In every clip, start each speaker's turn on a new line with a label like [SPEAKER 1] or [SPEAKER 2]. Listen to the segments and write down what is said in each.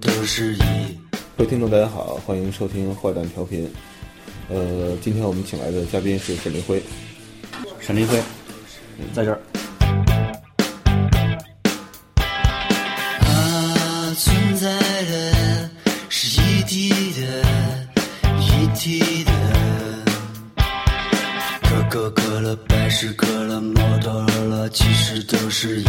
[SPEAKER 1] 都是一。
[SPEAKER 2] 各位听众，大家好，欢迎收听坏蛋调频。呃，今天我们请来的嘉宾是沈林辉。
[SPEAKER 3] 沈立辉在这儿，
[SPEAKER 1] 它存在的是一体的，一体的。可口可乐、百事可乐、摩托罗拉，其实都是一。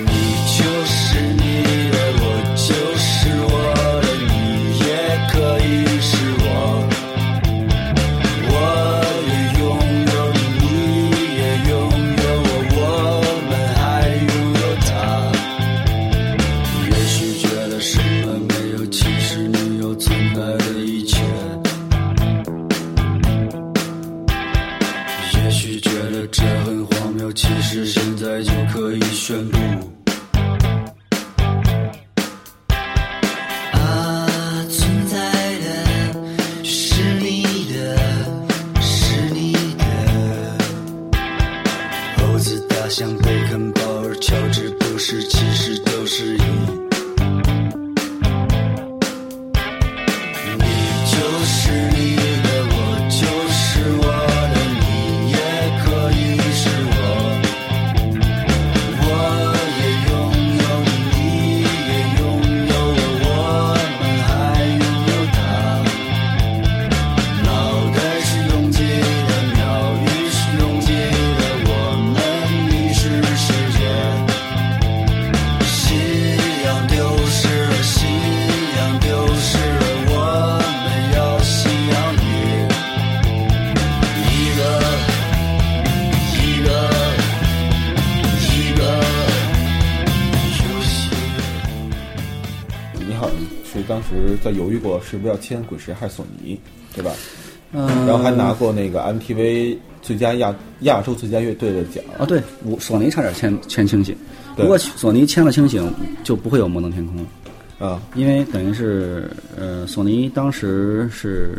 [SPEAKER 1] 你就是你的，我就是我的，你也可以是我。我也拥有你，你也拥有我，我们还拥有它。也许觉得什么没有，其实你有存在的一切。也许觉得这很荒谬，其实现在就可以宣布。啊，存在的是你的，是你的。猴子、大象、贝肯鲍尔、乔治、布什，其实都是你。你就是你的，我就是我的，你也可以是我。我也拥有你，你也拥有我，我们还拥有它。脑袋是拥挤的，鸟语是拥挤的，我们迷失世界。夕阳丢失了，夕阳丢失了，我们要夕阳雨。一个，一个。一个游戏。
[SPEAKER 2] 你好，你是当时在犹豫过是不是要签滚石还是索尼，对吧？
[SPEAKER 3] 嗯，
[SPEAKER 2] 然后还拿过那个 MTV 最佳亚亚洲最佳乐队的奖。
[SPEAKER 3] 啊，对，我索尼差点签签清醒，
[SPEAKER 2] 对
[SPEAKER 3] 如果索尼签了清醒，就不会有摩登天空了，
[SPEAKER 2] 啊，
[SPEAKER 3] 因为等于是呃，索尼当时是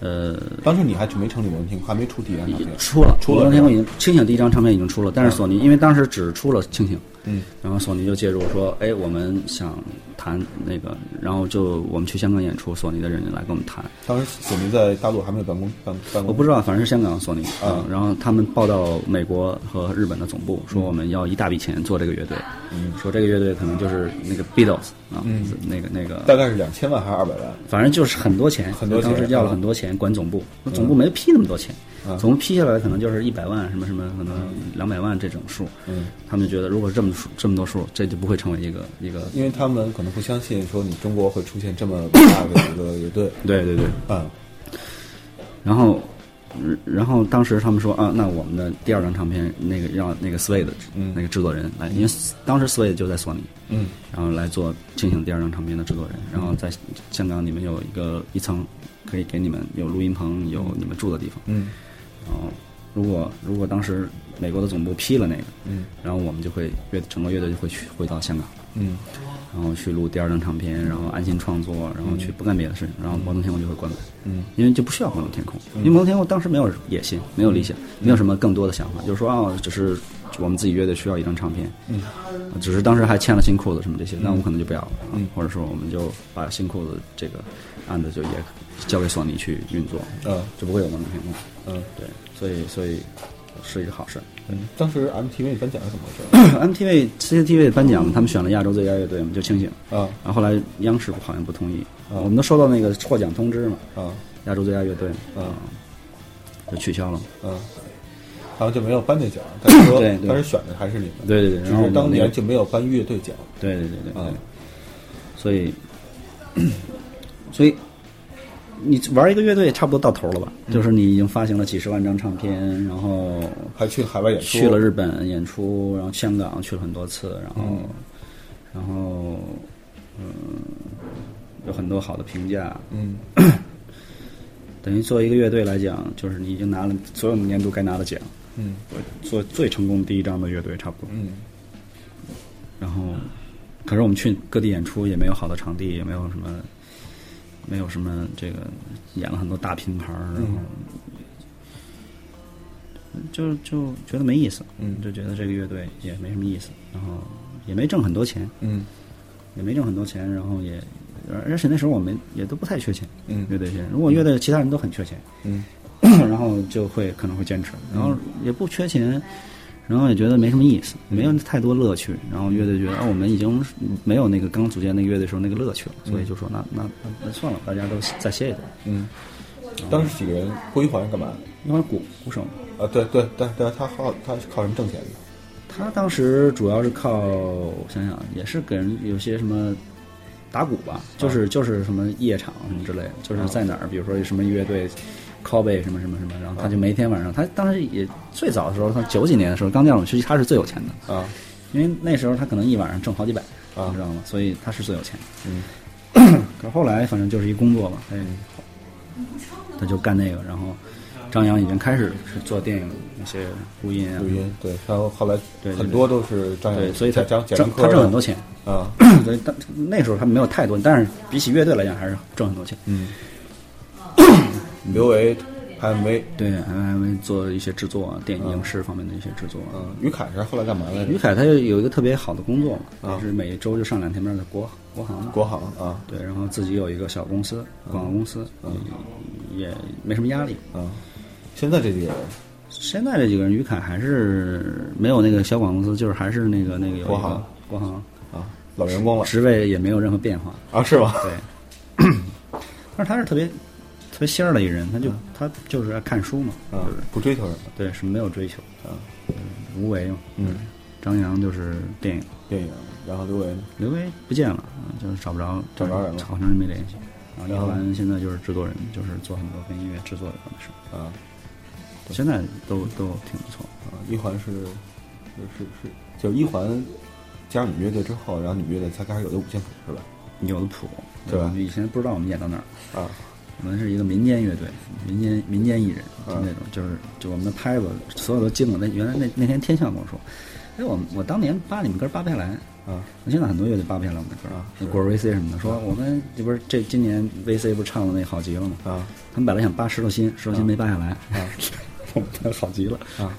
[SPEAKER 3] 呃
[SPEAKER 2] 当时你还没成李文听，还没出第一张唱片。
[SPEAKER 3] 出了，
[SPEAKER 2] 出了
[SPEAKER 3] 摩登天空已
[SPEAKER 2] 是
[SPEAKER 3] 经清醒第一张唱片已经出了，但是索尼因为当时只出了清醒，
[SPEAKER 2] 嗯，
[SPEAKER 3] 然后索尼就介入说，哎，我们想谈那个，然后就我们去香港演出，索尼的人就来跟我们谈，
[SPEAKER 2] 当时索尼在大陆还没有办公办办公。
[SPEAKER 3] 我不知
[SPEAKER 2] 道。
[SPEAKER 3] 道，反正是香港索尼，
[SPEAKER 2] 嗯
[SPEAKER 3] 嗯，然后他们报到美国和日本的总部，说我们要一大笔钱做这个乐队，
[SPEAKER 2] 嗯
[SPEAKER 3] 说这个乐队可能就是那个 Beatles 啊，
[SPEAKER 2] 嗯
[SPEAKER 3] 那个那
[SPEAKER 2] 大
[SPEAKER 3] 个，
[SPEAKER 2] 概是两千万还是二百万？
[SPEAKER 3] 反正就是很多钱，
[SPEAKER 2] 很多钱
[SPEAKER 3] 当时要了很多钱管总部，那总部没批那么多钱
[SPEAKER 2] 嗯，
[SPEAKER 3] 总部批下来可能就是一百万什么什么，可能两百万这种数，
[SPEAKER 2] 嗯，
[SPEAKER 3] 他们就觉得如果这么数这么多数，这就不会成为一个一个，
[SPEAKER 2] 因为他们可能不相信说你中国会出现这么大的一个乐队。
[SPEAKER 3] 对对对，
[SPEAKER 2] 啊，
[SPEAKER 3] 然后，嗯然后当时他们说啊，那我们的第二张唱片那个让那个 Sway 的、
[SPEAKER 2] 嗯
[SPEAKER 3] 那个制作人来，因为当时 Sway 就在索尼，
[SPEAKER 2] 嗯
[SPEAKER 3] 然后来做《清醒》第二张唱片的制作人，然后在香港你们有一个一层可以给你们有录音棚，有你们住的地方，
[SPEAKER 2] 嗯
[SPEAKER 3] 然后如果如果当时美国的总部批了那个，
[SPEAKER 2] 嗯
[SPEAKER 3] 然后我们就会乐整个乐队就会去回到香港。
[SPEAKER 2] 嗯
[SPEAKER 3] 然后去录第二张唱片，然后安心创作，然后去不干别的事情，然后摩登天空就会关门。
[SPEAKER 2] 嗯，
[SPEAKER 3] 因为就不需要摩登天空，因为摩登天空当时没有野心，没有理想，没有什么更多的想法，就是说啊，只是我们自己乐队需要一张唱片，
[SPEAKER 2] 嗯，
[SPEAKER 3] 只是当时还欠了新裤子什么这些，那我们可能就不要了，
[SPEAKER 2] 嗯
[SPEAKER 3] 或者说我们就把新裤子这个案子就也交给索尼去运作，
[SPEAKER 2] 嗯
[SPEAKER 3] 就不会有摩登天空，
[SPEAKER 2] 嗯
[SPEAKER 3] 对，所以所以是一个好 事。
[SPEAKER 2] 嗯。当时 MTV 颁奖是怎么回事？
[SPEAKER 3] MTV、CCTV 颁奖，他们选了亚洲最佳乐队，我们就清醒。
[SPEAKER 2] 啊
[SPEAKER 3] 然后后来央视好像不同意，
[SPEAKER 2] 嗯
[SPEAKER 3] 我们都收到那个获奖通知嘛，
[SPEAKER 2] 啊
[SPEAKER 3] 亚洲最佳乐队，
[SPEAKER 2] 嗯
[SPEAKER 3] 啊，就取消了。
[SPEAKER 2] 啊！然后就没有颁那奖，但是说
[SPEAKER 3] 对对
[SPEAKER 2] 当时选的还是你们。
[SPEAKER 3] 对对对，
[SPEAKER 2] 只
[SPEAKER 3] 然后我
[SPEAKER 2] 是
[SPEAKER 3] 们
[SPEAKER 2] 当
[SPEAKER 3] 那
[SPEAKER 2] 年
[SPEAKER 3] 个
[SPEAKER 2] 就没有颁乐队奖。
[SPEAKER 3] 对对对对对
[SPEAKER 2] 嗯，
[SPEAKER 3] 所以所以你玩一个乐队差不多到头了吧？
[SPEAKER 2] 嗯
[SPEAKER 3] 就是你已经发行了几十万张唱片，然后
[SPEAKER 2] 还去海外演出，
[SPEAKER 3] 去了日本演出，然后香港去了很多次，然后、
[SPEAKER 2] 嗯
[SPEAKER 3] 然后嗯、有很多好的评价，
[SPEAKER 2] 嗯
[SPEAKER 3] 等于作为一个乐队来讲，就是你已经拿了所有年度该拿的奖，
[SPEAKER 2] 嗯
[SPEAKER 3] 做最成功第一张的乐队差不多。
[SPEAKER 2] 嗯
[SPEAKER 3] 然后，可是我们去各地演出也没有好的场地，也没有什么，没有什么这个演了很多大拼盘儿，然后就就觉得没意思，
[SPEAKER 2] 嗯
[SPEAKER 3] 就觉得这个乐队也没什么意思，然后也没挣很多钱，
[SPEAKER 2] 嗯
[SPEAKER 3] 也没挣很多钱，然后也，而且那时候我们也都不太缺钱，
[SPEAKER 2] 嗯
[SPEAKER 3] 乐队圈，如果乐队其他人都很缺钱，
[SPEAKER 2] 嗯
[SPEAKER 3] 然后就会可能会坚持，然后也不缺钱，然后也觉得没什么意思，没有太多乐趣，然后乐队觉得啊，我们已经没有那个刚组建那个乐队时候那个乐趣了，所以就说那那那那算了，大家都再歇一段，
[SPEAKER 2] 嗯。当时几个人郭一环干嘛？
[SPEAKER 3] 因为鼓鼓手嘛
[SPEAKER 2] 啊，对对对对，他靠他是靠什么挣钱的？
[SPEAKER 3] 他当时主要是靠我想想，也是给人有些什么打鼓吧，
[SPEAKER 2] 啊
[SPEAKER 3] 就是、就是什么夜场什么之类的，就是在哪儿，比如说什么乐队。callback 什么什么什么，然后他就每天晚上，他当时也最早的时候，他九几年的时候刚加入我们实际他是最有钱的，
[SPEAKER 2] 啊，
[SPEAKER 3] 因为那时候他可能一晚上挣好几百，
[SPEAKER 2] 啊
[SPEAKER 3] 你知道吗？所以他是最有钱。
[SPEAKER 2] 嗯，
[SPEAKER 3] 可后来反正就是一工作嘛，他也他就干那个，然后张扬已经开始是做电影那些录音啊
[SPEAKER 2] 录，音对，然后后来
[SPEAKER 3] 对对
[SPEAKER 2] 很多都是张
[SPEAKER 3] 对，
[SPEAKER 2] 远，
[SPEAKER 3] 所以他
[SPEAKER 2] 张贾
[SPEAKER 3] 挣
[SPEAKER 2] 樟柯
[SPEAKER 3] 他挣很多钱，
[SPEAKER 2] 啊，
[SPEAKER 3] 所以但那时候他没有太多，但是比起乐队来讲还是挣很多钱。
[SPEAKER 2] 嗯，刘维拍 MV，
[SPEAKER 3] 对，还还会做一些制作啊，电影影视方面的一些制作啊。
[SPEAKER 2] 嗯，于凯是后来干嘛来
[SPEAKER 3] 于
[SPEAKER 2] 着？
[SPEAKER 3] 凯他有一个特别好的工作嘛，
[SPEAKER 2] 嗯啊
[SPEAKER 3] 也是每周就上两天班的国国航嘛。
[SPEAKER 2] 国航啊
[SPEAKER 3] 对，然后自己有一个小公司，
[SPEAKER 2] 嗯
[SPEAKER 3] 广告公司，也也没什么压力。
[SPEAKER 2] 啊，嗯现在这几个人
[SPEAKER 3] 现在这几个人，于凯还是没有那个小广告公司，就是还是那个那个有一个
[SPEAKER 2] 国航，
[SPEAKER 3] 国航
[SPEAKER 2] 啊，老员工了
[SPEAKER 3] 职位也没有任何变化。
[SPEAKER 2] 啊，是吗？
[SPEAKER 3] 对，但是他是特别特别仙儿的一个人，他
[SPEAKER 2] 嗯
[SPEAKER 3] 就他就是爱看书嘛，
[SPEAKER 2] 啊
[SPEAKER 3] 就是，
[SPEAKER 2] 不追求什么
[SPEAKER 3] 对是没有追求，
[SPEAKER 2] 啊，
[SPEAKER 3] 无为嘛。
[SPEAKER 2] 嗯，
[SPEAKER 3] 张扬就是电影，
[SPEAKER 2] 电影，然后刘维呢？
[SPEAKER 3] 刘维不见了，嗯就是找不着，
[SPEAKER 2] 找不着人了
[SPEAKER 3] 好长时间没联系。然后
[SPEAKER 2] 然
[SPEAKER 3] 叶
[SPEAKER 2] 后
[SPEAKER 3] 凡现在就是制作人，就是做很多跟音乐制作有关的事儿，
[SPEAKER 2] 啊
[SPEAKER 3] 现在都都挺不错。
[SPEAKER 2] 啊，一环是是是是，就是一环加入女乐队之后，然后女乐队才开始有的五线谱是吧？
[SPEAKER 3] 有的谱，
[SPEAKER 2] 对吧
[SPEAKER 3] 就以前不知道我们演到哪儿，
[SPEAKER 2] 啊，
[SPEAKER 3] 我们是一个民间乐队，民间民间艺人，就
[SPEAKER 2] 嗯
[SPEAKER 3] 那种就是就我们的拍子，所有都经过。那原来那那天天象跟我说，哎，我我当年扒你们歌扒不下来。
[SPEAKER 2] 啊
[SPEAKER 3] 我现在很多乐队扒不下来我们的歌
[SPEAKER 2] 啊
[SPEAKER 3] 那果儿 VC 什么的，
[SPEAKER 2] 嗯
[SPEAKER 3] 说我们这不是这今年 VC 不是唱了那好极了吗？
[SPEAKER 2] 啊
[SPEAKER 3] 他们本来想扒石头心，石头
[SPEAKER 2] 嗯
[SPEAKER 3] 心没扒下来， 我们好极了，
[SPEAKER 2] 啊，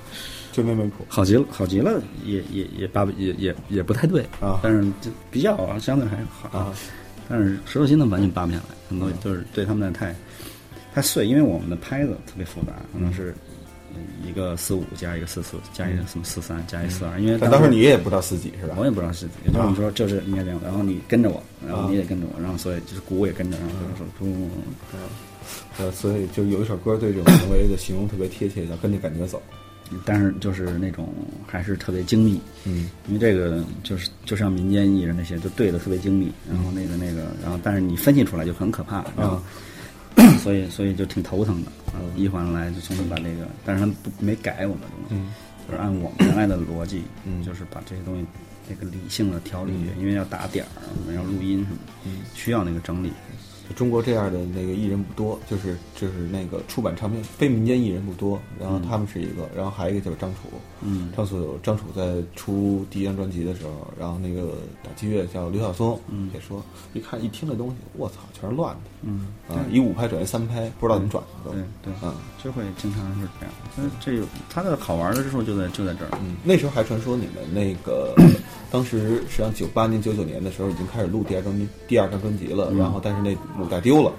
[SPEAKER 2] 就那门谱
[SPEAKER 3] 好极了，好极了，也也也扒不也也也不太对
[SPEAKER 2] 啊
[SPEAKER 3] 但是就比较啊相对还好
[SPEAKER 2] 啊，
[SPEAKER 3] 但是石头心呢完全扒不下来，很多就是对他们的太太碎，因为我们的拍子特别复杂，可
[SPEAKER 2] 嗯
[SPEAKER 3] 能是一个四五加一个四四加一个什么四三加一四二，因为
[SPEAKER 2] 嗯但当时你也不知道自己是吧
[SPEAKER 3] 啊我？也不知道是，也就是说就是应该这样，然后你跟着我，然后你也跟着我，然后所以就是鼓也跟着，然后就是说不不不
[SPEAKER 2] 呃，所以就有一首歌对这种行为的形容特别贴切，叫跟着感觉走。
[SPEAKER 3] 不，但是就是那种还是特别精密，
[SPEAKER 2] 嗯
[SPEAKER 3] 因为这个就是就像民间艺人那些，就对的特别精密，然后那个那个，然后但是你分析出来就很可怕，然
[SPEAKER 2] 嗯
[SPEAKER 3] 后、 所以所以就挺头疼的。然后一环来就重新把这个，但是他们不没改我们的东西，
[SPEAKER 2] 嗯
[SPEAKER 3] 就是按我们原来的逻辑，
[SPEAKER 2] 嗯
[SPEAKER 3] 就是把这些东西这个理性的条理，因为要打点儿，我们要录音什么的，
[SPEAKER 2] 嗯
[SPEAKER 3] 需要那个整理。
[SPEAKER 2] 就中国这样的那个艺人不多，就是就是那个出版唱片非民间艺人不多，然后他们是一个，然后还有一个就是张楚，
[SPEAKER 3] 嗯
[SPEAKER 2] 张楚张楚在出第一张专辑的时候，然后那个打击乐叫刘晓松，
[SPEAKER 3] 嗯
[SPEAKER 2] 也说一看一听这东西，我操，全是乱的
[SPEAKER 3] 嗯，
[SPEAKER 2] 啊，一五拍转一三拍，不知道怎么转的都，
[SPEAKER 3] 对对，
[SPEAKER 2] 啊
[SPEAKER 3] 就会经常是这样。但是这有它的好玩的之处就在就在这儿，
[SPEAKER 2] 嗯，那时候还传说你们那 个，当时实际上九八年、九九年的时候已经开始录第二张专第二张专辑了，然后但是那母带丢了，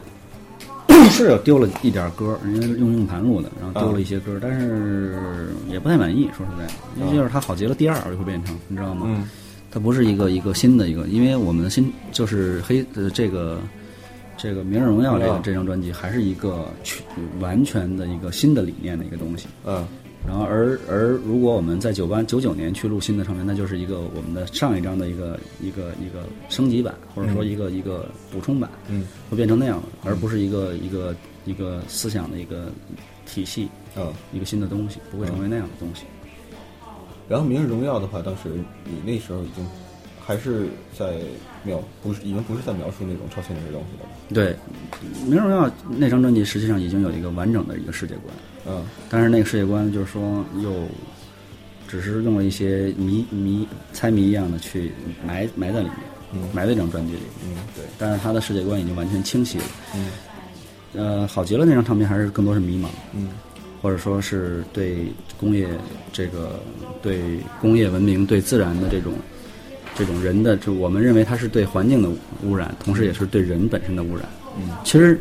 [SPEAKER 3] 是有丢了一点歌，人家用硬盘录的，然后丢了一些歌，但是也不太满意。说实在，因为就是它好极了，第二就会变成，你知道吗？
[SPEAKER 2] 嗯
[SPEAKER 3] 它不是一个一个新的一个，因为我们的新就是黑呃这个这个《明日荣耀》这个
[SPEAKER 2] 嗯
[SPEAKER 3] 这张专辑还是一个全完全的一个新的理念的一个东西。
[SPEAKER 2] 嗯
[SPEAKER 3] 然后而而如果我们在九八九九年去录新的唱片，那就是一个我们的上一张的一个一个一个升级版，或者说一个、一个补充版，
[SPEAKER 2] 嗯
[SPEAKER 3] 会变成那样的，而不是一个一个一个思想的一个体系，
[SPEAKER 2] 嗯。
[SPEAKER 3] 一个新的东西，不会成为那样的东西。
[SPEAKER 2] 然后《明日荣耀》的话，当时你那时候已经还是在描，不是已经不是在描述那种超现实的东西了，
[SPEAKER 3] 对，《明日荣耀》那张专辑实际上已经有一个完整的一个世界观，
[SPEAKER 2] 嗯
[SPEAKER 3] 但是那个世界观就是说又只是用了一些谜谜猜谜一样的去埋埋在里面，
[SPEAKER 2] 嗯
[SPEAKER 3] 埋在这张专辑里。
[SPEAKER 2] 嗯对
[SPEAKER 3] 但是他的世界观已经完全清晰了。
[SPEAKER 2] 嗯
[SPEAKER 3] 呃，好极了那张唱片还是更多是迷茫，
[SPEAKER 2] 嗯
[SPEAKER 3] 或者说是对工业这个对工业文明、对自然的这种这种人的，就我们认为它是对环境的污染，同时也是对人本身的污染。嗯，其实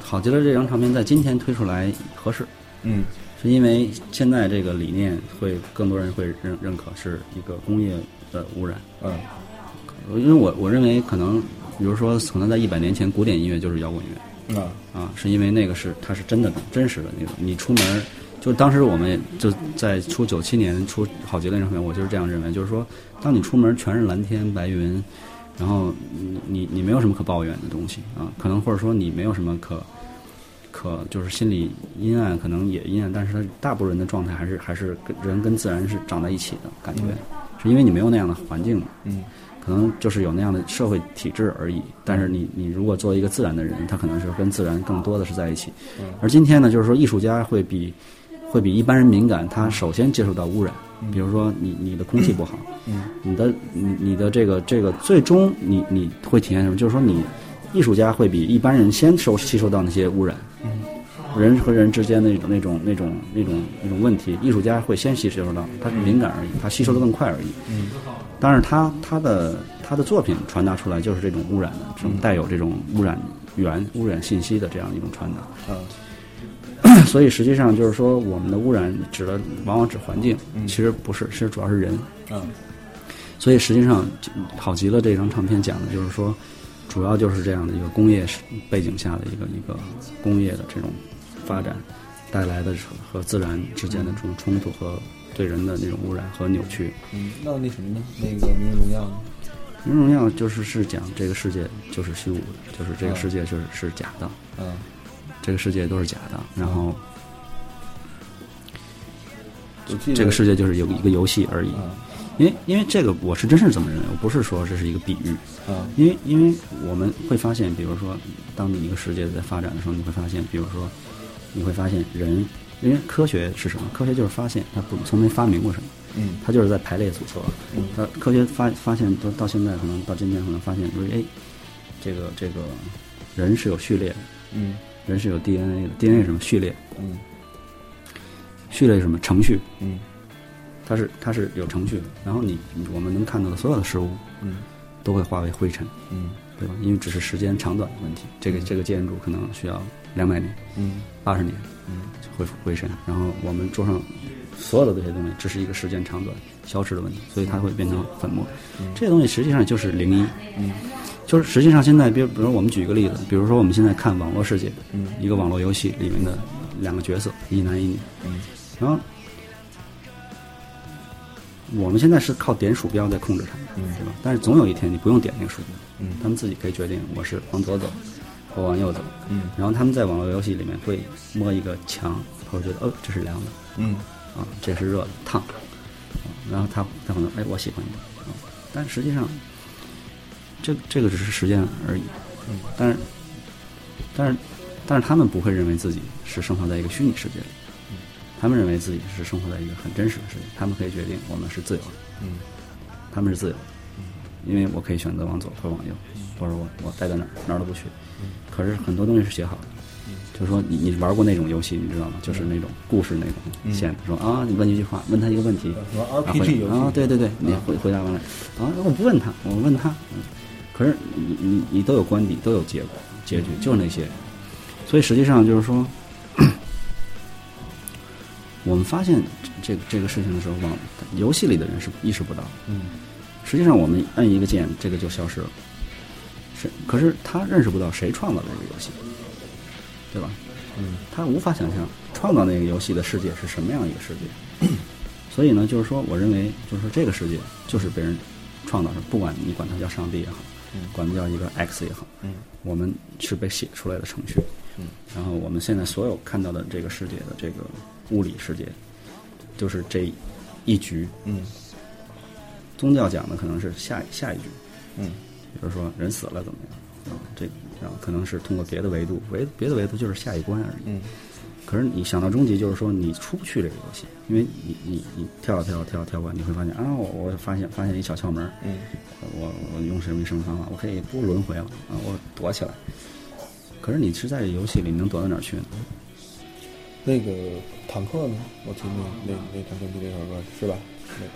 [SPEAKER 3] 好极了这张唱片在今天推出来合适，
[SPEAKER 2] 嗯
[SPEAKER 3] 是因为现在这个理念会更多人会认认可是一个工业的污染。
[SPEAKER 2] 嗯
[SPEAKER 3] 因为我我认为可能，比如说可能在一百年前，古典音乐就是摇滚乐。
[SPEAKER 2] 啊
[SPEAKER 3] 啊，是因为那个是它是真的真实的那种。你出门儿，就当时我们就在出九七年出好极了那张唱片，我就是这样认为，就是说，当你出门全是蓝天白云，然后你你你没有什么可抱怨的东西啊，可能或者说你没有什么可可就是心里阴暗，可能也阴暗，但是它大部分人的状态还是还是跟人跟自然是长在一起的感觉，是因为你没有那样的环境嘛。
[SPEAKER 2] 嗯
[SPEAKER 3] 可能就是有那样的社会体制而已。但是你你如果作为一个自然的人，他可能是跟自然更多的是在一起。而今天呢，就是说艺术家会比会比一般人敏感，他首先接触到污染，比如说你你的空气不好，你的你你的这个这个最终你你会体验什么？就是说你艺术家会比一般人先收吸收到那些污染。人和人之间的那种那种那种那种那种问题，艺术家会先吸收到，他是敏感而已，他吸收的更快而已。但是他他的他的作品传达出来就是这种污染的，这种带有这种污染源、污染信息的这样一种传达。
[SPEAKER 2] 啊
[SPEAKER 3] 所以实际上就是说，我们的污染指的往往指环境，其实不是，其实主要是人。
[SPEAKER 2] 啊
[SPEAKER 3] 所以实际上，好极了这张唱片讲的就是说，主要就是这样的一个工业背景下的一个一个工业的这种发展带来的和自然之间的这种冲突和对人的那种污染和扭曲。
[SPEAKER 2] 嗯，那那什么呢？那个《明日荣耀》呢？
[SPEAKER 3] 《人荣耀》就是是讲这个世界就是虚无的，就是这个世界就是是假的，
[SPEAKER 2] 啊
[SPEAKER 3] 这个世界都是假的。然后
[SPEAKER 2] 我记得
[SPEAKER 3] 这个世界就是有一个游戏而已。
[SPEAKER 2] 啊
[SPEAKER 3] 因为因为这个我是真是这么认为，我不是说这是一个比喻。
[SPEAKER 2] 啊
[SPEAKER 3] 因为因为我们会发现，比如说，当你一个世界在发展的时候，你会发现，比如说，你会发现人，因为科学是什么？科学就是发现，它不从没发明过什么。
[SPEAKER 2] 嗯
[SPEAKER 3] 它就是在排列组合
[SPEAKER 2] 嗯。
[SPEAKER 3] 它科学发发现到到现在，可能到今天可能发现，就是哎，这个这个人是有序列的，
[SPEAKER 2] 嗯
[SPEAKER 3] 人是有 DNA 的，DNA 是什么序列？
[SPEAKER 2] 嗯
[SPEAKER 3] 序列是什么程序？
[SPEAKER 2] 嗯
[SPEAKER 3] 它是它是有程序的。然后你我们能看到的所有的事物
[SPEAKER 2] 嗯
[SPEAKER 3] 都会化为灰尘，
[SPEAKER 2] 嗯
[SPEAKER 3] 对吧？因为只是时间长短的问题。这个这个建筑可能需要两百年、
[SPEAKER 2] 嗯
[SPEAKER 3] 八十年
[SPEAKER 2] 嗯
[SPEAKER 3] 恢复灰尘。然后我们桌上所有的这些东西，只是一个时间长短消失的问题，所以它会变成粉末。这些东西实际上就是零一。
[SPEAKER 2] 嗯
[SPEAKER 3] 就是实际上现在，比如比如我们举一个例子，比如说我们现在看网络世界，
[SPEAKER 2] 嗯
[SPEAKER 3] 一个网络游戏里面的两个角色，一男一女，
[SPEAKER 2] 嗯
[SPEAKER 3] 然后我们现在是靠点鼠标在控制它，
[SPEAKER 2] 嗯
[SPEAKER 3] 对吧？但是总有一天你不用点那个鼠标，
[SPEAKER 2] 嗯
[SPEAKER 3] 他们自己可以决定我是往左走，或往右走，
[SPEAKER 2] 嗯
[SPEAKER 3] 然后他们在网络游戏里面会摸一个墙，他会觉得哦这是凉的，
[SPEAKER 2] 嗯
[SPEAKER 3] 啊，这是热的，烫。啊然后他他可能哎，我喜欢你，啊，但实际上，这这个只是实践而已。
[SPEAKER 2] 嗯
[SPEAKER 3] 但是，但是，但是他们不会认为自己是生活在一个虚拟世界里，他们认为自己是生活在一个很真实的世界，他们可以决定我们是自由的，
[SPEAKER 2] 嗯
[SPEAKER 3] 他们是自由的，因为我可以选择往左或者往右，或者我我待在哪儿哪儿都不去。可是很多东西是写好的，就是说你你玩过那种游戏，你知道吗？就是那种故事那种线，说啊，你问一句话，问他一个问题，
[SPEAKER 2] 什么
[SPEAKER 3] 啊
[SPEAKER 2] RPG
[SPEAKER 3] 回
[SPEAKER 2] 游戏
[SPEAKER 3] 啊，对对对，你回回答完了，啊，我不问他，我问他，嗯可是你你你都有官邸，都有结果结局，就是那些，所以实际上就是说， 我们发现这这个这个事情的时候，往游戏里的人是意识不到的，
[SPEAKER 2] 嗯
[SPEAKER 3] 实际上我们按一个键，这个就消失了。是，可是他认识不到谁创造了这个游戏，对吧？
[SPEAKER 2] 嗯，
[SPEAKER 3] 他无法想象创造那个游戏的世界是什么样一个世界。 所以呢，就是说，我认为，就是说，这个世界就是被人创造的，不管你管它叫上帝也好，管它叫一个 X 也好，
[SPEAKER 2] 嗯
[SPEAKER 3] 我们是被写出来的程序。
[SPEAKER 2] 嗯，
[SPEAKER 3] 然后我们现在所有看到的这个世界的这个物理世界，就是这一局
[SPEAKER 2] 嗯
[SPEAKER 3] 宗教讲的可能是下一下一句，
[SPEAKER 2] 嗯
[SPEAKER 3] 比如说人死了怎么样，嗯这然后可能是通过别的维度，维别的维度就是下一关而已。
[SPEAKER 2] 嗯
[SPEAKER 3] 可是你想到终极，就是说你出不去这个游戏，因为你你你跳啊跳啊跳啊跳过，你会发现啊，我我发现发现一小窍门儿，
[SPEAKER 2] 嗯
[SPEAKER 3] 我我用什么什么方法，我可以不轮回了啊，我躲起来。可是你是在这游戏里能躲到哪儿去呢？
[SPEAKER 2] 那个坦克呢？我听那那那弹天地那首歌是吧？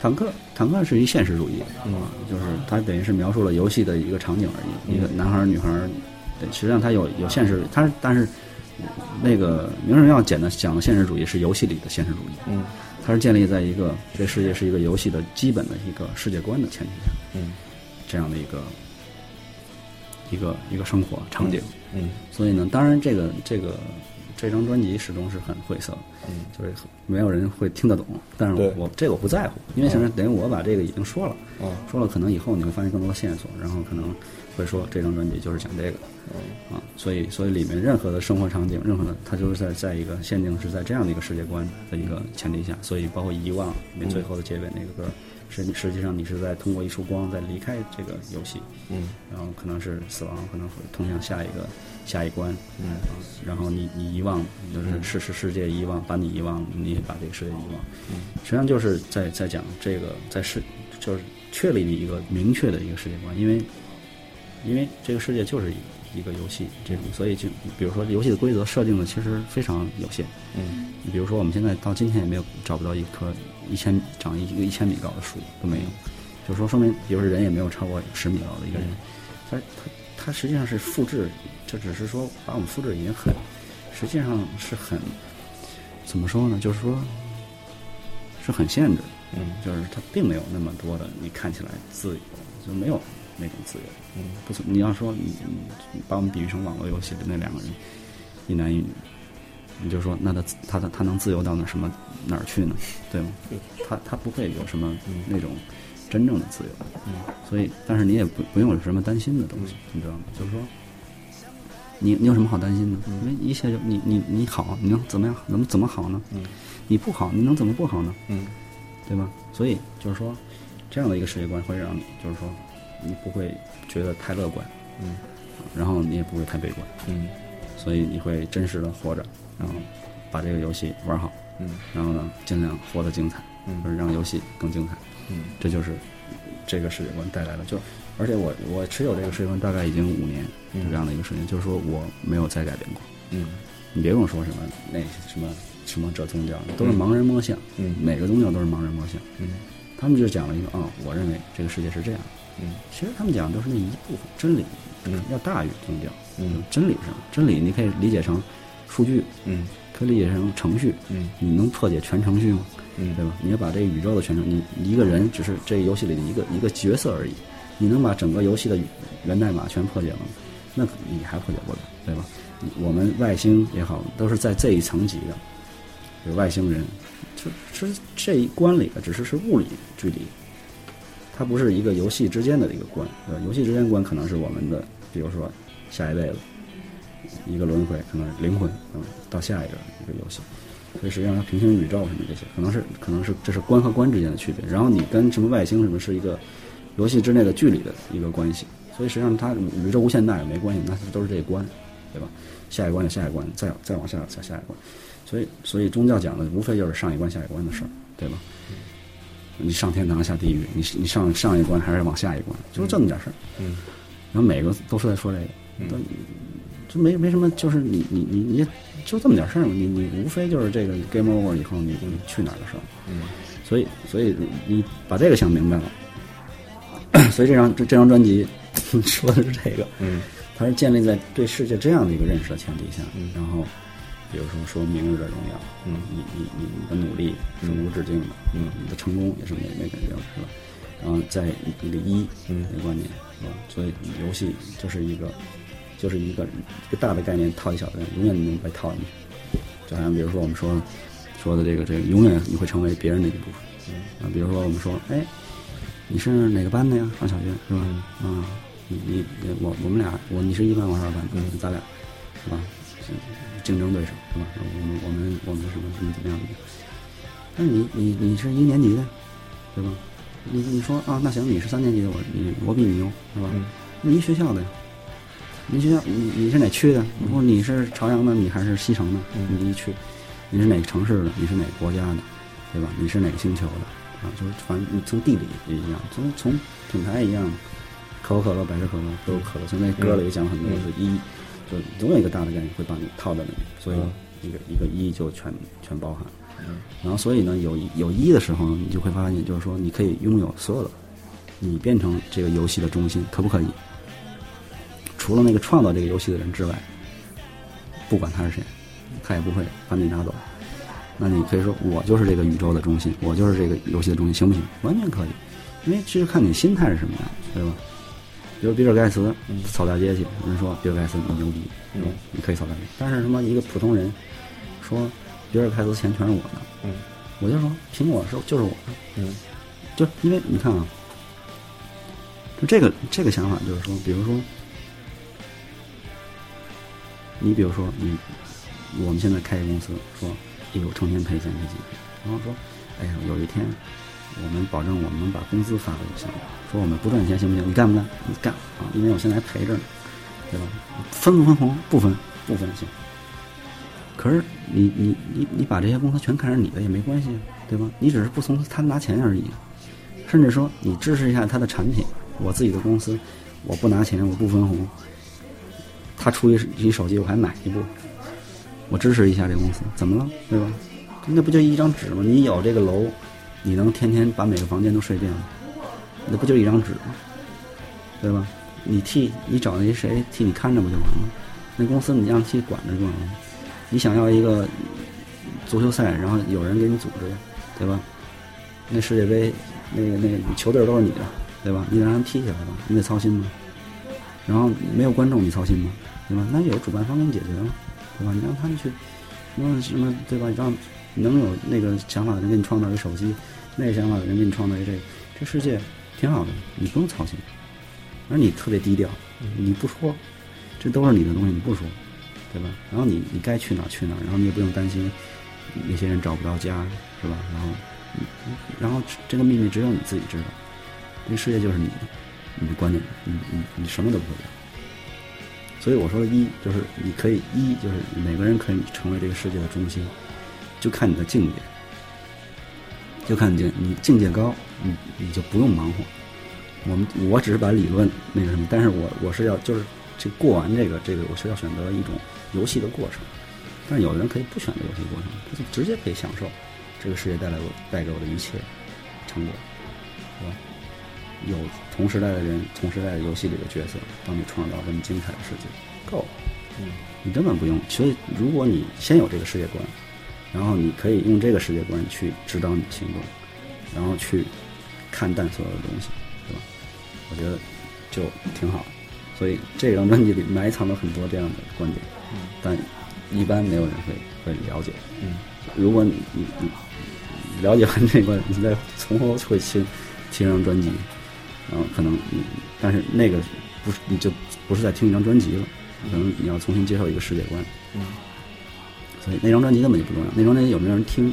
[SPEAKER 3] 坦克，坦克是一现实主义，
[SPEAKER 2] 嗯
[SPEAKER 3] 啊就是它等于是描述了游戏的一个场景而已，一个男孩儿女孩儿，对，实际上它有有现实，它是但是那个《名人要》讲的讲的现实主义是游戏里的现实主义，
[SPEAKER 2] 嗯
[SPEAKER 3] 它是建立在一个这世界是一个游戏的基本的一个世界观的前提下，
[SPEAKER 2] 嗯
[SPEAKER 3] 这样的一个一个一个生活场景。
[SPEAKER 2] 嗯
[SPEAKER 3] 所以呢，当然这个这个这张专辑始终是很晦涩，
[SPEAKER 2] 嗯，
[SPEAKER 3] 就是没有人会听得懂。但是
[SPEAKER 2] 对嗯
[SPEAKER 3] 我这个我不在乎，因为现在等于我把这个已经说了，
[SPEAKER 2] 啊
[SPEAKER 3] 说了可能以后你会发现更多的线索，然后可能会说这张专辑就是讲这个
[SPEAKER 2] 嗯
[SPEAKER 3] 啊，所以所以里面任何的生活场景，任何的它就是在在一个限定是在这样的一个世界观的一个前提下，所以包括遗忘里面最后的结尾那个歌，实际实际上你是在通过一束光在离开这个游戏，
[SPEAKER 2] 嗯
[SPEAKER 3] 然后可能是死亡，可能会通向下一个下一关，
[SPEAKER 2] 嗯
[SPEAKER 3] 啊，然后你你遗忘，就是世世世界遗忘，把你遗忘，你也把这个世界遗忘，
[SPEAKER 2] 嗯
[SPEAKER 3] 实际上就是在在讲这个在世，就是确立你一个明确的一个世界观，因为因为这个世界就是一一个游戏这种，所以就比如说游戏的规则设定的其实非常有限，
[SPEAKER 2] 嗯
[SPEAKER 3] 你比如说我们现在到今天也没有找不到一棵一千长一个一千米高的树都没有，就是说说明，比如说人也没有超过十米高的一个人，他他他实际上是复制，这只是说把我们复制已经很，实际上是很怎么说呢？就是说是很限制的，
[SPEAKER 2] 嗯
[SPEAKER 3] 就是它并没有那么多的你看起来自由，就没有那种自由。
[SPEAKER 2] 嗯
[SPEAKER 3] 不存，你要说你你你把我们比喻成网络游戏里那两个人，一男一女，你就说那他他他他能自由到那什么哪儿去呢？对吗？他他不会有什么
[SPEAKER 2] 嗯
[SPEAKER 3] 那种真正的自由，
[SPEAKER 2] 嗯
[SPEAKER 3] 所以但是你也不不用有什么担心的东西，你知道吗？就是嗯说，嗯你你有什么好担心的？因为一切就你你你好，你能怎么样？能怎么好呢？
[SPEAKER 2] 嗯
[SPEAKER 3] 你不好，你能怎么不好呢？
[SPEAKER 2] 嗯
[SPEAKER 3] 对吧？所以就是说，这样的一个世界观会让你就是说，你不会觉得太乐观。
[SPEAKER 2] 嗯
[SPEAKER 3] 然后你也不会太悲观，
[SPEAKER 2] 嗯
[SPEAKER 3] 所以你会真实的活着，然后把这个游戏玩好，
[SPEAKER 2] 嗯
[SPEAKER 3] 然后呢，尽量活得精彩，
[SPEAKER 2] 嗯
[SPEAKER 3] 就是让游戏更精彩，
[SPEAKER 2] 嗯
[SPEAKER 3] 这就是这个世界观带来的。就而且我我持有这个世界观大概已经五年，
[SPEAKER 2] 嗯
[SPEAKER 3] 就这样的一个时间，就是说我没有再改变过。
[SPEAKER 2] 嗯
[SPEAKER 3] 你别跟我说什么那什么什么这宗教都是盲人摸象，
[SPEAKER 2] 嗯
[SPEAKER 3] 每个宗教都是盲人摸象，
[SPEAKER 2] 嗯
[SPEAKER 3] 他们就讲了一个啊、我认为这个世界是这样的，
[SPEAKER 2] 嗯
[SPEAKER 3] 其实他们讲的都是那一部分真理，
[SPEAKER 2] 嗯
[SPEAKER 3] 要大于宗教。
[SPEAKER 2] 嗯
[SPEAKER 3] 真理上，真理你可以理解成数据，
[SPEAKER 2] 嗯
[SPEAKER 3] 可以理解成程序。
[SPEAKER 2] 嗯
[SPEAKER 3] 你能破解全程序吗？
[SPEAKER 2] 嗯
[SPEAKER 3] 对吧？你要把这个宇宙的全程，你你一个人只是这个游戏里的一个一个角色而已，你能把整个游戏的源代码全破解了吗？那你还破解不了，对吧？你我们外星也好，都是在这一层级的，有外星人，就其实这一关里的只是是物理距离，它不是一个游戏之间的一个关，对吧？游戏之间的关可能是我们的，比如说下一辈子，一个轮回，可能灵魂，嗯，到下一个一个游戏，所以实际上它平行宇宙什么这些，可能是可能是这是关和关之间的区别。然后你跟什么外星什么是一个游戏之内的距离的一个关系，所以实际上它宇宙无限大也没关系，那都是这一关，对吧？下一关有下一关，再再往下再下一关，所以所以宗教讲的无非就是上一关下一关的事儿，对吧？你上天堂下地狱，你你上上一关还是往下一关，就是这么点事儿。
[SPEAKER 2] 嗯
[SPEAKER 3] 然后每个都是在说这个，都就没没什么，就是你你你你就这么点事儿嘛，你你无非就是这个 game over 以后你你去哪儿的事儿，
[SPEAKER 2] 嗯
[SPEAKER 3] 所以所以你把这个想明白了， 所以这张这这张专辑 说的是这个，
[SPEAKER 2] 嗯
[SPEAKER 3] 它是建立在对世界这样的一个认识的前提下，
[SPEAKER 2] 嗯
[SPEAKER 3] 然后比如说说明日的荣耀，
[SPEAKER 2] 嗯
[SPEAKER 3] 你你你你的努力是无止境的，
[SPEAKER 2] 嗯
[SPEAKER 3] 你的成功也是没没感觉的，是吧？然后在一个一，
[SPEAKER 2] 嗯
[SPEAKER 3] 的观念，是吧？所以游戏就是一个就是一个一个大的概念套一小的概念，永远能被套进去。就好像比如说我们说说的这个这个，永远你会成为别人的一部分啊。比如说我们说，哎，你是哪个班的呀？上小学是吧？嗯，你你你我我们俩我你是一班，我是二班，嗯，咱俩是吧？是竞争对手是吧？我们我们我们什么什么怎么样的？那你你你是一年级的，对吧？你你说啊，那行，你是三年级的，我你我比你牛是吧？你一学校的呀，你学校你你是哪区的？我说你是朝阳的，你还是西城的？你一去，你是哪个城市的？你是哪个国家的？对吧？你是哪个星球的？啊，就是反正你从地理也一样，从从品牌也一样，可口可乐、百事可乐都有可乐，从那歌里也讲很多，
[SPEAKER 2] 嗯
[SPEAKER 3] 是一，就总有一个大的概念会把你套在里面，所以
[SPEAKER 2] 嗯
[SPEAKER 3] 一个一个一就全全包含。然后所以呢，有有一的时候，你就会发现，就是说你可以拥有所有的，你变成这个游戏的中心，可不可以？除了那个创造这个游戏的人之外，不管他是谁，他也不会把你拿走。那你可以说，我就是这个宇宙的中心，我就是这个游戏的中心，行不行？完全可以，因为这是看你心态是什么样，对吧？比如比尔盖茨扫大街去，有人说比尔盖茨你牛逼，
[SPEAKER 2] 嗯
[SPEAKER 3] 你可以扫大街。但是什么一个普通人说比尔盖茨钱全是我的，
[SPEAKER 2] 嗯
[SPEAKER 3] 我就说苹果是就是我的，
[SPEAKER 2] 嗯
[SPEAKER 3] 就因为你看啊，就这个这个想法就是说，比如说，你比如说你，我们现在开一个公司，说，哎呦，成天赔钱赔钱，然后说，哎呀，有一天我们保证我们把工资发了就行了，说我们不赚钱行不行？你干不干？你干啊，因为我现在还赔着呢，对吧？分不分红？不分，不分行。可是你你你你把这些公司全看成你的也没关系啊，对吧？你只是不从他拿钱而已啊，甚至说你支持一下他的产品。我自己的公司，我不拿钱，我不分红，他出一一手机我还买一部，我支持一下这公司，怎么了？对吧？那不就一张纸吗？你有这个楼，你能天天把每个房间都睡遍吗？那不就一张纸吗？对吧？你替你找那谁替你看着不就完了？那公司你让去管着就完了。你想要一个足球赛，然后有人给你组织，对吧？那世界杯，那个那个球队都是你的，对吧？你让人踢起来吧，你得操心吗？然后没有观众，你操心吗？对吧？那有主办方给你解决了，对吧？你让他们去，弄什么对吧？你让能有那个想法的人给你创造一手机，那个想法的人给你创造一这个，这世界挺好的，你不用操心。而你特别低调，你不说，这都是你的东西，你不说，对吧？然后你你该去哪儿去哪儿，然后你也不用担心那些人找不到家，是吧？然后，然后这个秘密只有你自己知道，这个世界就是你的，你的观点，你你你什么都不会聊。所以我说的一就是你可以一就是每个人可以成为这个世界的中心，就看你的境界，就看你境你境界高，你你就不用忙活。我们我只是把理论那个什么，但是我我是要就是这过完这个这个，我是要选择一种游戏的过程。但是有的人可以不选择游戏过程，他就直接可以享受这个世界带来我带给我的一切成果，对吧？有同时代的人，同时代的游戏里的角色，帮你创造这么精彩的世界，够了。
[SPEAKER 2] 嗯，
[SPEAKER 3] 你根本不用。所以，如果你先有这个世界观，然后你可以用这个世界观去指导你的行动，然后去看淡所有的东西，对吧？我觉得就挺好的。所以这张专辑里埋藏了很多这样的观点，但一般没有人会会了解。
[SPEAKER 2] 嗯，
[SPEAKER 3] 如果你你你你了解完这个，你再从头会去听一张专辑，然后可能你，但是那个不是你就不是在听一张专辑了，可能你要重新接受一个世界观。
[SPEAKER 2] 嗯，
[SPEAKER 3] 所以那张专辑根本就不重要，那张专辑有没有人听，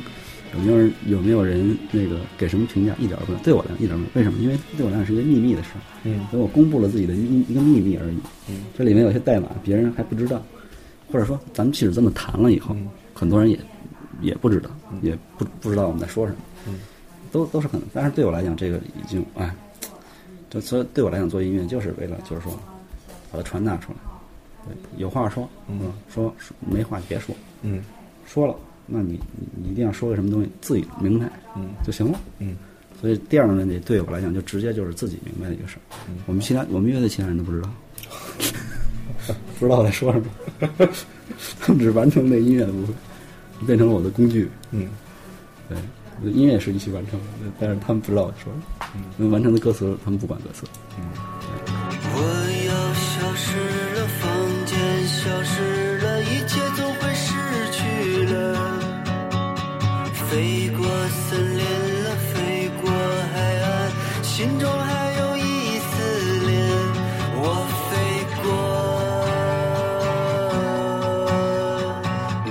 [SPEAKER 3] 有没有人有没有人那个给什么评价，一点儿不重要。对我来讲一点儿不重要，为什么？因为对我来讲是一个秘密的事儿，
[SPEAKER 2] 嗯
[SPEAKER 3] 所以我公布了自己的一一个秘密而已。
[SPEAKER 2] 嗯，
[SPEAKER 3] 这里面有些代码别人还不知道，或者说咱们即使这么谈了以后，
[SPEAKER 2] 嗯
[SPEAKER 3] 很多人也也不知道，也不不知道我们在说什么，
[SPEAKER 2] 嗯
[SPEAKER 3] 都都是可能。但是对我来讲，这个已经哎，就所以对我来讲做音乐就是为了就是说把它传达出来，对，有话说，
[SPEAKER 2] 嗯
[SPEAKER 3] 说说没话别说，
[SPEAKER 2] 嗯
[SPEAKER 3] 说了，那你你你一定要说个什么东西，自己明白
[SPEAKER 2] 嗯
[SPEAKER 3] 就行了。
[SPEAKER 2] 嗯
[SPEAKER 3] 所以第二个问题对我来讲，就直接就是自己明白的一个事儿。我们其他我们乐队其他人都不知道，不知道我在说什么，他们只完成那音乐的部分，变成了我的工具。
[SPEAKER 2] 嗯
[SPEAKER 3] 对，我的音乐是一起完成的，但是他们不知道我在说什么，因为完成的歌词他们不管歌词。
[SPEAKER 1] 我要消失了，房间消失了，一切总会失去了。飞过森林了，飞过海岸，心中还有一丝恋。我飞过，嗯。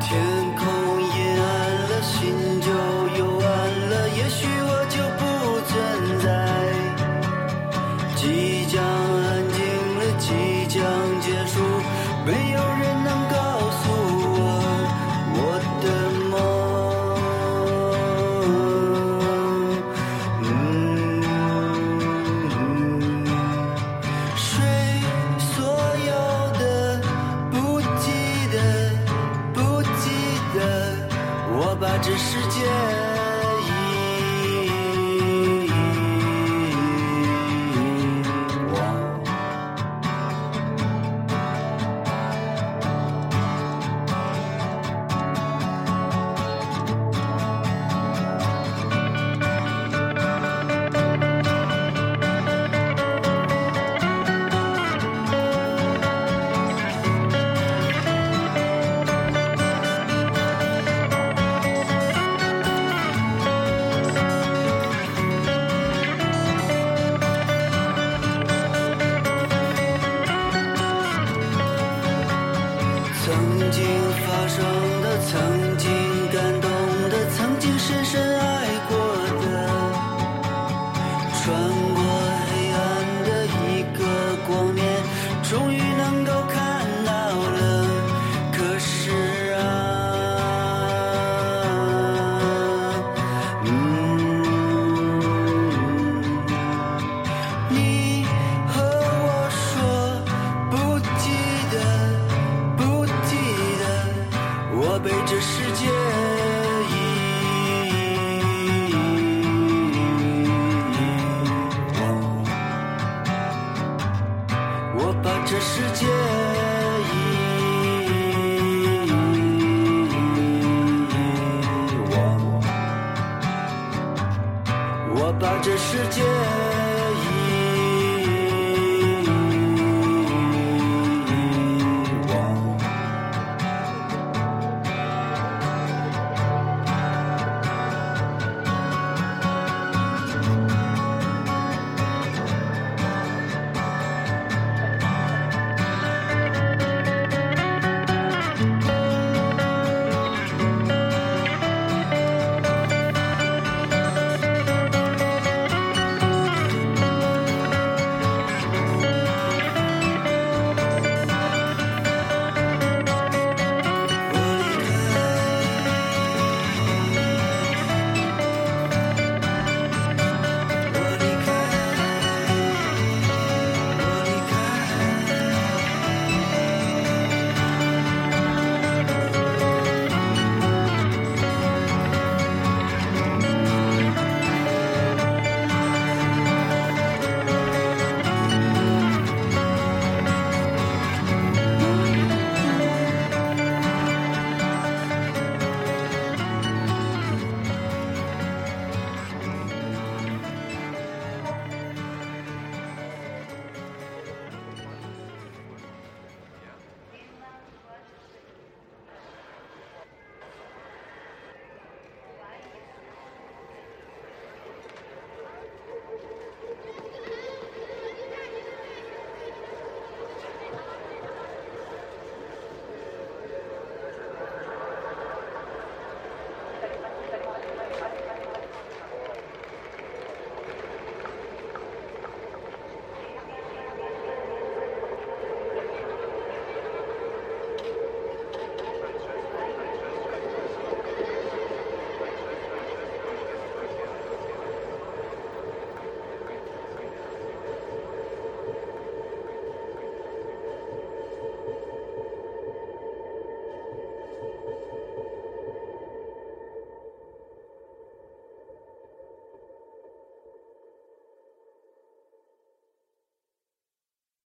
[SPEAKER 1] 天空阴暗了，心嗯曾经发生的，曾经感动的，曾经深深爱过的，穿过黑暗的一个光年，终于能够看到了。可是啊，嗯。你和我说不记得，不记得，我被这世界遗忘，我把这世界遗忘，我把这世界。